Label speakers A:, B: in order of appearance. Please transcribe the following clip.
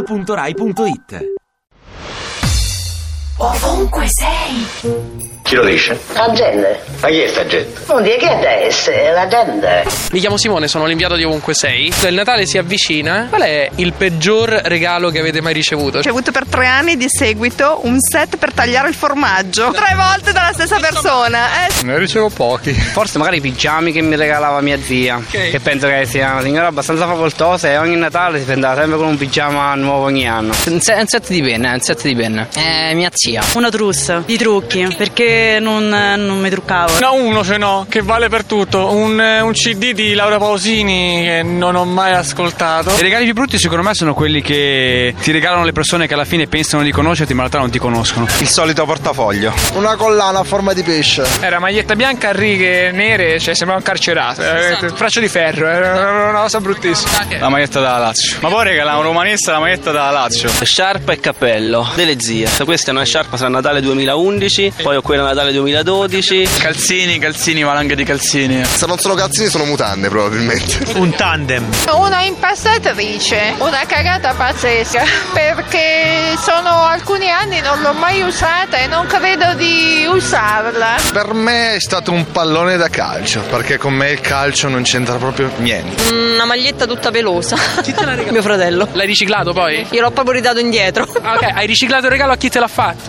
A: radio2pod.rai.it
B: Ovunque sei,
C: Chi lo dice?
D: La gente,
C: Ma chi è sta gente?
D: non dire che deve essere la gente.
E: Mi chiamo Simone, sono l'inviato di ovunque sei. Il Natale si avvicina. Qual è il peggior regalo che avete mai ricevuto?
F: Ho avuto per tre anni di seguito un set per tagliare il formaggio. Tre volte dalla stessa persona. Eh,
G: Ne ricevo pochi.
H: Forse magari i pigiami che mi regalava mia zia, che penso che sia una signora abbastanza facoltosa e ogni Natale si prendeva sempre con un pigiama nuovo ogni anno. Un, se- un set di penne, un set di penne. Eh, mia zia.
I: Una trussa di trucchi perché non, non mi truccavo.
G: No, uno se no, che vale per tutto. Un, eh, un CD di Laura Pausini che non ho mai ascoltato.
A: I regali più brutti secondo me sono quelli che ti regalano le persone che alla fine pensano di conoscerti ma in realtà non ti conoscono.
C: Il solito portafoglio.
G: Una collana a forma di pesce.
E: Era maglietta bianca a righe nere, cioè sembrava un carcerato. Eh, Braccio di ferro, era una cosa bruttissima.
A: La maglietta da Lazio. Ma poi regala un romanista la maglietta da Lazio.
H: Sciarpa e cappello delle zie. Questa è una sciarpa tra Natale 2011, poi ho quella Natale 2012.
A: Calzini, calzini, valanghe di calzini.
G: Se non sono cazzini sono mutande probabilmente.
A: Un tandem.
F: una impassatrice, una cagata pazzesca, perché sono alcuni anni non l'ho mai usata e non credo di usarla.
G: Per me è stato un pallone da calcio, perché con me il calcio non c'entra proprio niente.
I: Una maglietta tutta pelosa. Mio fratello.
E: L'hai riciclato poi?
I: Gliel'ho proprio ridato indietro.
E: Ah, ok, hai riciclato il regalo a chi te l'ha fatto?